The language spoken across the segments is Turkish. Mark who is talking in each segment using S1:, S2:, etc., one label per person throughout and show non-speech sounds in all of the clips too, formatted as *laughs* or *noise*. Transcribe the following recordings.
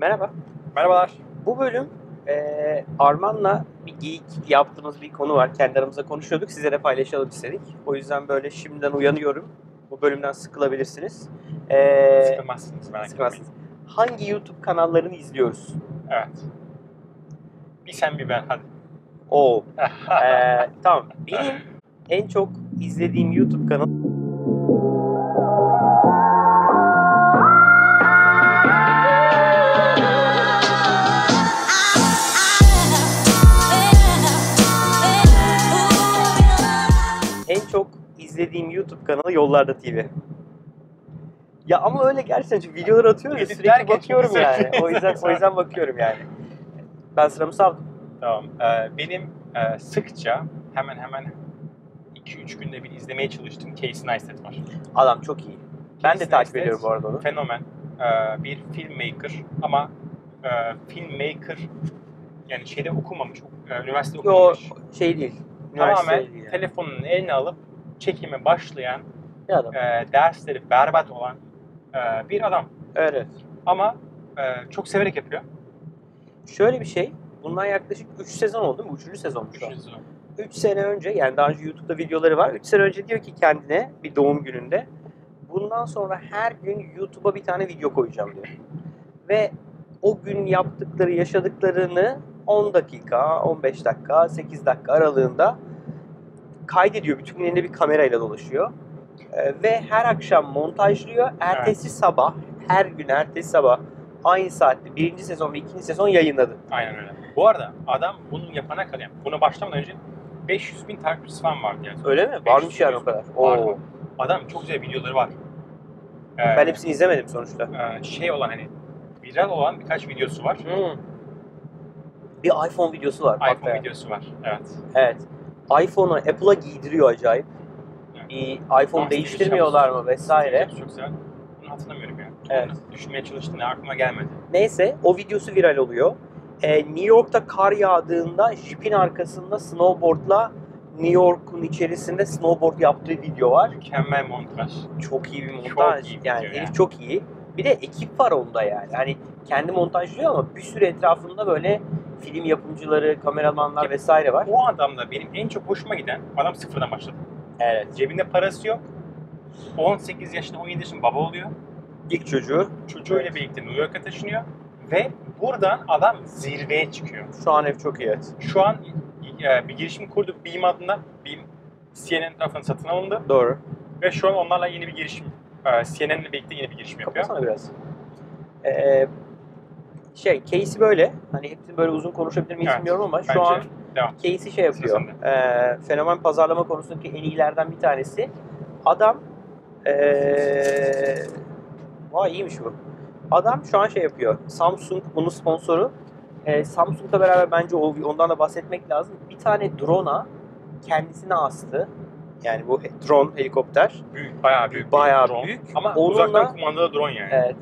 S1: Merhaba.
S2: Merhabalar.
S1: Bu bölüm eee Arman'la bir geyik yaptığımız bir konu var. Kendi aramızda konuşuyorduk. Size de paylaşalım istedik. O yüzden böyle şimdiden uyanıyorum. Bu bölümden sıkılabilirsiniz. Eee
S2: Sıkılmazsınız merak
S1: Ee, sıkılmazsınız. Hangi YouTube kanallarını izliyoruz?
S2: etmeyin. Evet. Bir sen bir
S1: *laughs*
S2: ben hadi.
S1: Oo. Eee, tamam. Benim en çok izlediğim YouTube kanalı en çok izlediğim YouTube kanalı Yollarda TV. Ya ama öyle gerçekten çünkü videoları atıyorum ya
S2: Editler
S1: sürekli
S2: geçiyor
S1: bakıyorum
S2: bize.
S1: yani. O yüzden o yüzden bakıyorum yani. Ben sıramı saldım.
S2: tamam. Ee, benim e, sıkça hemen hemen 2-3 günde bir izlemeye çalıştığım Casey Neistat var.
S1: Adam çok iyi. Ben de
S2: Casey
S1: takip
S2: Neistat
S1: ediyorum bu arada onu.
S2: Fenomen. Ee, bir filmmaker ama e, filmmaker yani şeyde okumamış, ok- e, üniversite
S1: Yo
S2: okumamış.
S1: şey değil. Üniversite
S2: Tamamen
S1: değil yani.
S2: telefonunu eline alıp çekime başlayan,
S1: Ne adam?
S2: e, dersleri berbat olan e, bir adam.
S1: Evet.
S2: Ama e, çok severek yapıyor.
S1: Şöyle bir şey. Bundan yaklaşık 3 sezon oldu değil mi? 3. sezonmuş o.
S2: Üçüncü.
S1: 3 sene önce yani daha önce YouTube'da videoları var. 3 sene önce diyor ki kendine bir doğum gününde bundan sonra her gün YouTube'a bir tane video koyacağım diyor. Ve o gün yaptıkları, yaşadıklarını 10 dakika, 15 dakika, 8 dakika aralığında kaydediyor. Bütün gün elinde bir kamerayla dolaşıyor. Ee, ve her akşam montajlıyor. Ertesi sabah, her gün ertesi sabah aynı saatte birinci sezon ve ikinci sezon yayınladı.
S2: Aynen öyle. Bu arada adam bunu yapana kadar, yani buna başlamadan önce 500 bin takipçisi falan vardı yani.
S1: Öyle mi? Varmış yani o kadar.
S2: Vardı.
S1: Oo.
S2: Adam çok güzel videoları var. Ee,
S1: Ben hepsini izlemedim sonuçta.
S2: e, şey olan hani viral olan birkaç videosu var.
S1: Hmm. Bir iPhone videosu var. bak
S2: iPhone
S1: be.
S2: videosu var. Evet.
S1: Evet. iPhone'u Apple'a giydiriyor acayip.
S2: Evet.
S1: Bir
S2: Ama şey
S1: iPhone değiştirmiyorlar mı vesaire.
S2: Çok güzel. Bunu hatırlamıyorum yani.
S1: Evet.
S2: Nasıl Düşünmeye çalıştım ne aklıma gelmedi.
S1: Neyse o videosu viral oluyor. Ee, New York'ta kar yağdığında jipin arkasında snowboardla New York'un içerisinde snowboard yaptığı video var.
S2: Mükemmel montaj.
S1: Çok iyi bir
S2: Çok
S1: montaj.
S2: iyi
S1: yani
S2: video
S1: herif
S2: ya.
S1: çok iyi. Bir de ekip var onda yani. Hani kendi montajlıyor ama bir sürü etrafında böyle film yapımcıları, kameramanlar vesaire var.
S2: O adamla benim en çok hoşuma giden adam sıfırdan başladı.
S1: Evet.
S2: Cebinde parası yok. 18 yaşında 17 yaşında baba oluyor.
S1: İlk çocuğu
S2: çocuğuyla birlikte New York'a taşınıyor ve buradan adam zirveye çıkıyor.
S1: Şu an ev çok iyi evet.
S2: Şu an e, bir girişim kurdu Beam adına. Beam CNN tarafından satın alındı
S1: Doğru.
S2: ve şu an onlarla yeni bir girişim e, CNN'le birlikte yeni bir girişim yapıyor.
S1: Kapatsana biraz. Ee, şey, case'i böyle. Hani hepsini böyle uzun konuşabilir miyiz
S2: Evet,
S1: bilmiyorum ama şu
S2: bence.
S1: an
S2: Devam.
S1: case'i şey yapıyor. Ee, fenomen pazarlama konusundaki en iyilerden bir tanesi. Adam ee, vay iyiymiş bu. Adam şu an şey yapıyor. Samsung bunun sponsoru. Ee, Samsung'la beraber bence o, ondan da bahsetmek lazım. Bir tane drone'a kendisini astı. Yani bu he- drone helikopter.
S2: Büyük, bayağı büyük. bir
S1: Bayağı
S2: drone.
S1: büyük.
S2: Ama
S1: Onunla-
S2: uzaktan kumandalı drone yani.
S1: Evet.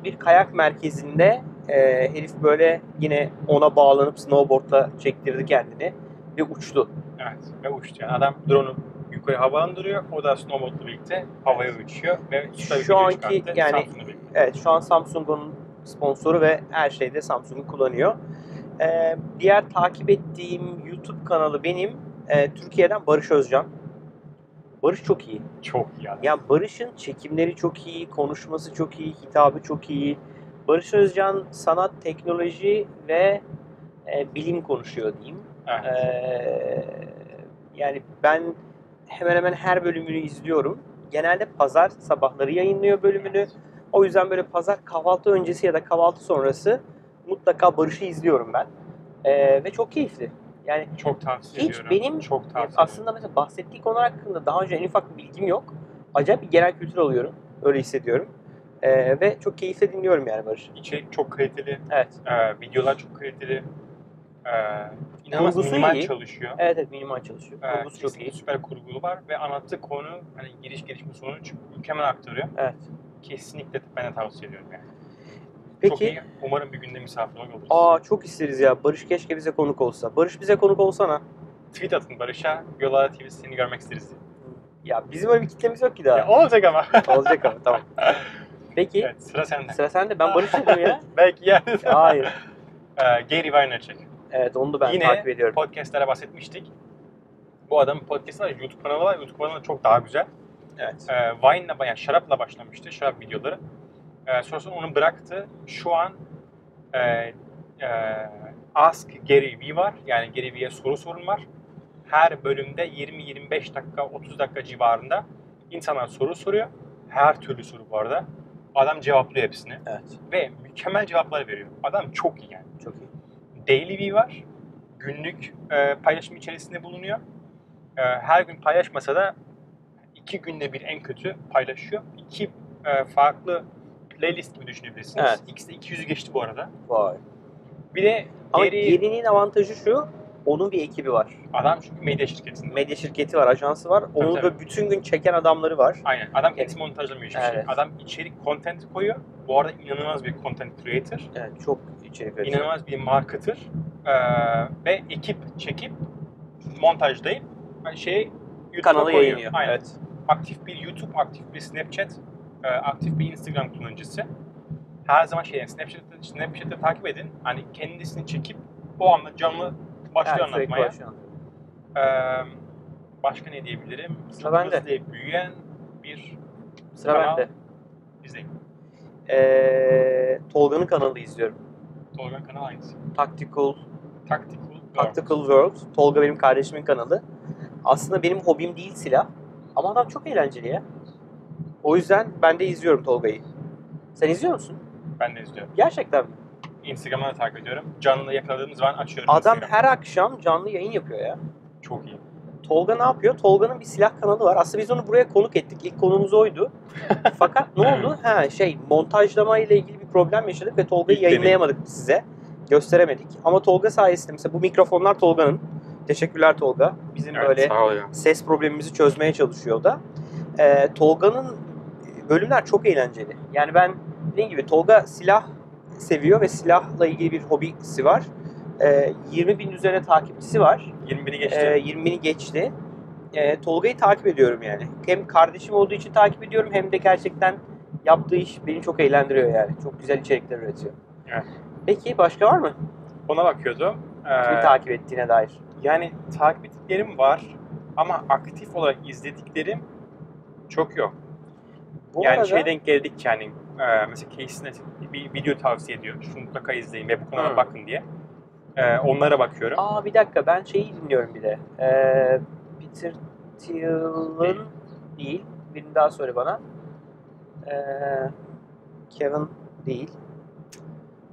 S1: Ee, Bir kayak merkezinde e, herif böyle yine ona bağlanıp snowboardla çektirdi kendini ve uçtu.
S2: Evet. Ve uçtu yani. Adam drone'u yukarı havalandırıyor. O da snowboard'la birlikte havaya uçuyor ve
S1: Şu
S2: video
S1: anki
S2: çıkarttı.
S1: yani-
S2: Samsun'la birlikte.
S1: Evet şu an Samsung'un sponsoru ve her şeyde Samsung'u kullanıyor. E, diğer takip ettiğim YouTube kanalı benim e, Türkiye'den Barış Özcan. Barış çok iyi.
S2: Çok iyi adam.
S1: Yani Barış'ın çekimleri çok iyi, konuşması çok iyi, hitabı çok iyi. Barış Özcan sanat, teknoloji ve e, bilim konuşuyor diyeyim.
S2: Evet.
S1: Ee, yani ben hemen hemen her bölümünü izliyorum. Genelde pazar sabahları yayınlıyor bölümünü. O yüzden böyle pazar kahvaltı öncesi ya da kahvaltı sonrası mutlaka Barış'ı izliyorum ben. Ee, ve çok keyifli. Yani
S2: Çok tavsiye
S1: Hiç
S2: ediyorum.
S1: benim-
S2: çok tavsiye ediyorum.
S1: aslında mesela bahsettiği konu hakkında daha önce en ufak bir bilgim yok. Acayip bir genel kültür alıyorum. Öyle hissediyorum. Ee, ve çok keyifle dinliyorum yani Barış'ı.
S2: İçerik çok kaliteli.
S1: Evet.
S2: Ee, videolar çok kaliteli. Ee, inanılmaz
S1: Kurgusu
S2: minimal
S1: iyi.
S2: çalışıyor.
S1: Evet evet minimal çalışıyor.
S2: Ee,
S1: Kurgusu çok iyi.
S2: Süper kurgulu var ve anlattığı konu hani giriş gelişme sonuç mükemmel aktarıyor.
S1: Evet.
S2: Kesinlikle ben de tavsiye ediyorum yani. Çok
S1: Peki
S2: iyi. Umarım bir günde misafir oluruz.
S1: Aa çok isteriz ya. Barış keşke bize konuk olsa. Barış bize konuk olsana.
S2: Tweet atın Barış'a. Yola TV seni görmek isteriz.
S1: Ya bizim öyle bir kitlemiz yok ki daha.
S2: Ya, olacak ama. *laughs*
S1: Olacak ama tamam. Peki
S2: Evet, sıra sende.
S1: sıra sende. Ben Barış'ım
S2: *laughs*
S1: mı ya.
S2: Belki yani.
S1: Hayır.
S2: Ee, Gary Vaynerchuk.
S1: Evet onu da ben
S2: Yine
S1: takip ediyorum.
S2: Podcast'lere bahsetmiştik. Bu adamın podcast'ı var. YouTube kanalı var. YouTube kanalı çok daha güzel.
S1: Evet.
S2: Ee, wine'la bayağı şarapla başlamıştı. Şarap videoları. Ee, sonrasında onu bıraktı. Şu an e, e, Ask Gary Vee var. Yani Gary Vee'ye soru sorun var. Her bölümde 20-25 dakika, 30 dakika civarında insanlar soru soruyor. Her türlü soru bu arada. Adam cevaplıyor hepsini.
S1: Evet.
S2: Ve mükemmel cevaplar veriyor. Adam çok iyi yani.
S1: Çok iyi.
S2: Daily Vee var. Günlük e, paylaşım içerisinde bulunuyor. E, her gün paylaşmasa da iki günde bir en kötü paylaşıyor. İki e, farklı playlist gibi düşünebilirsiniz.
S1: Evet.
S2: İkisi de 200'ü geçti bu arada.
S1: Vay.
S2: Bir de
S1: Ama
S2: Gary-
S1: Geri'nin avantajı şu. Onun bir ekibi var.
S2: adam çünkü medya şirketinde.
S1: Medya şirketi var, ajansı var. Onu
S2: tabii.
S1: böyle bütün gün çeken adamları var.
S2: Aynen. Adam kendisi montajlamıyor hiçbir şey.
S1: Evet.
S2: Adam içerik content koyuyor. Bu arada inanılmaz bir content creator.
S1: Evet, çok içerik üretiyor.
S2: inanılmaz bir marketer e, ve ekip çekip montajlayıp hani şey YouTube'a
S1: Kanalı
S2: koyuyor.
S1: yayınlıyor.
S2: Aynen.
S1: Evet.
S2: Aktif bir YouTube, aktif bir Snapchat, e, aktif bir Instagram kullanıcısı. Her zaman şey yani Snapchat'te, Snapchat'te takip edin. Hani kendisini çekip o anda canlı başlıyor
S1: Evet, sürekli
S2: anlatmaya.
S1: başlıyor.
S2: E, başka ne diyebilirim?
S1: Sıra
S2: Çok
S1: bende.
S2: hızlı büyüyen bir
S1: Sıra
S2: Kanal.
S1: bende.
S2: izleyin.
S1: Ee, Tolga'nın kanalını izliyorum.
S2: Tolga kanal aynısı.
S1: Tactical,
S2: Tactical. Girl.
S1: Tactical World. Tolga benim kardeşimin kanalı. Aslında benim hobim değil silah. Ama adam çok eğlenceli ya. O yüzden ben de izliyorum Tolga'yı. Sen izliyor musun?
S2: Ben de izliyorum.
S1: Gerçekten mi?
S2: Instagram'dan da takip ediyorum. Canlı yakaladığımız zaman açıyorum.
S1: Adam
S2: Instagram'ı.
S1: her akşam canlı yayın yapıyor ya.
S2: Çok iyi.
S1: Tolga ne yapıyor? Tolga'nın bir silah kanalı var. Aslında biz onu buraya konuk ettik. İlk
S2: *laughs*
S1: konumuz oydu. Fakat ne oldu? Ha şey montajlama ile ilgili bir problem yaşadık ve Tolga'yı
S2: İlk deneyim.
S1: yayınlayamadık size. Gösteremedik. Ama Tolga sayesinde mesela bu mikrofonlar Tolga'nın. Teşekkürler Tolga. Bizim
S2: Evet,
S1: böyle
S2: sağ ol ya.
S1: ses problemimizi çözmeye çalışıyor da. Ee, Tolga'nın bölümler çok eğlenceli. Yani ben dediğim gibi Tolga silah seviyor ve silahla ilgili bir hobisi var. Ee, 20 bin üzerine takipçisi var.
S2: 20'ni geçti.
S1: Ee, 20'ni geçti. Ee, Tolga'yı takip ediyorum yani. Hem kardeşim olduğu için takip ediyorum hem de gerçekten yaptığı iş beni çok eğlendiriyor yani. Çok güzel içerikler üretiyor.
S2: Evet.
S1: Peki başka var mı?
S2: Ona bakıyordum. Ee,
S1: Kimi takip ettiğine dair.
S2: yani takip ettiklerim var ama aktif olarak izlediklerim çok yok.
S1: Bu
S2: yani
S1: arada
S2: şey denk geldik yani e, mesela Casey'ne bir video tavsiye ediyor. Şunu mutlaka izleyin ve bu kanala
S1: Hı.
S2: bakın diye. E, onlara bakıyorum.
S1: Aa bir dakika ben şeyi dinliyorum bir de. Ee, Peter
S2: Değil.
S1: Thiel'ın değil. Birini daha söyle bana. Ee, Kevin değil.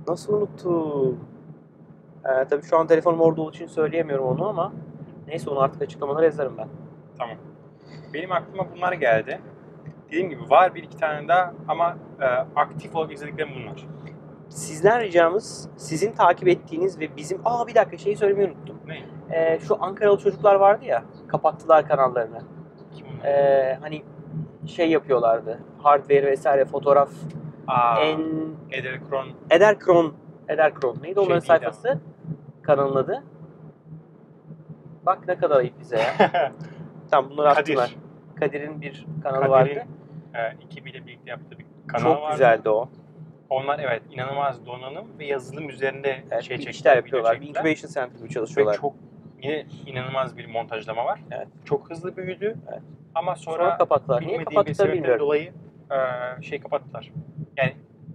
S1: Nasıl unuttum? Ee, tabii şu an telefonum orada olduğu için söyleyemiyorum onu ama neyse onu artık açıklamalara yazarım ben.
S2: Benim aklıma bunlar geldi. Dediğim gibi var bir iki tane daha ama e, aktif olarak izlediklerim bunlar.
S1: Sizden ricamız sizin takip ettiğiniz ve bizim... Aa bir dakika şeyi söylemeyi unuttum.
S2: Ne?
S1: Ee, şu Ankaralı çocuklar vardı ya kapattılar kanallarını.
S2: Kim bunlar?
S1: Ee, hani şey yapıyorlardı. Hardware vesaire fotoğraf
S2: Aa,
S1: en
S2: Eder
S1: *laughs*
S2: Kron
S1: Eder Kron Eder Kron neydi onların
S2: Şey değil
S1: sayfası? Kanalın adı. Bak ne kadar ayıp bize ya. *laughs* tamam bunları attılar.
S2: Kadir.
S1: Kadir'in bir kanalı vardı.
S2: Kadir'in e, ekibiyle birlikte yaptığı bir kanal
S1: Çok
S2: vardı. Şey
S1: güzeldi o.
S2: Onlar evet inanılmaz donanım ve yazılım üzerinde
S1: Evet,
S2: şey
S1: bir
S2: çektiler,
S1: işler
S2: video
S1: yapıyorlar. Bir
S2: çektiler.
S1: incubation center gibi
S2: Ve
S1: çalışıyorlar.
S2: çok yine inanılmaz bir montajlama var.
S1: Evet.
S2: Çok hızlı büyüdü.
S1: Evet.
S2: Ama
S1: Sonra,
S2: sonra,
S1: kapattılar. Niye
S2: bilmediğim bir
S1: kapattılar
S2: sebepten
S1: bilmiyorum.
S2: dolayı e, şey kapattılar. Yani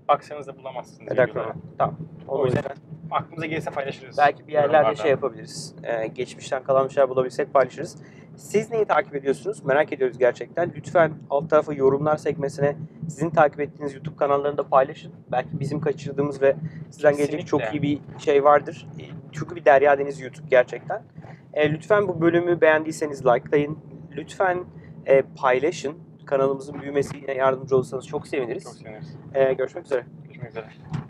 S2: baksanız da bulamazsınız.
S1: Eder
S2: videoları.
S1: Kron. Tamam.
S2: O
S1: Onu
S2: yüzden Aklımıza gelirse paylaşırız.
S1: Belki bir yerlerde
S2: yorumlarda.
S1: şey yapabiliriz. Ee, geçmişten kalan bir şeyler bulabilsek paylaşırız. Siz neyi takip ediyorsunuz? Merak ediyoruz gerçekten. Lütfen alt tarafa yorumlar sekmesine sizin takip ettiğiniz YouTube kanallarını da paylaşın. Belki bizim kaçırdığımız ve sizden gelecek çok iyi
S2: Kesinlikle.
S1: bir şey vardır. Ee, Çünkü bir derya deniz YouTube gerçekten. Ee, lütfen bu bölümü beğendiyseniz likelayın. Lütfen e, paylaşın. Kanalımızın büyümesine yardımcı olursanız çok seviniriz.
S2: Çok seviniriz.
S1: Ee, görüşmek üzere.
S2: Görüşmek üzere.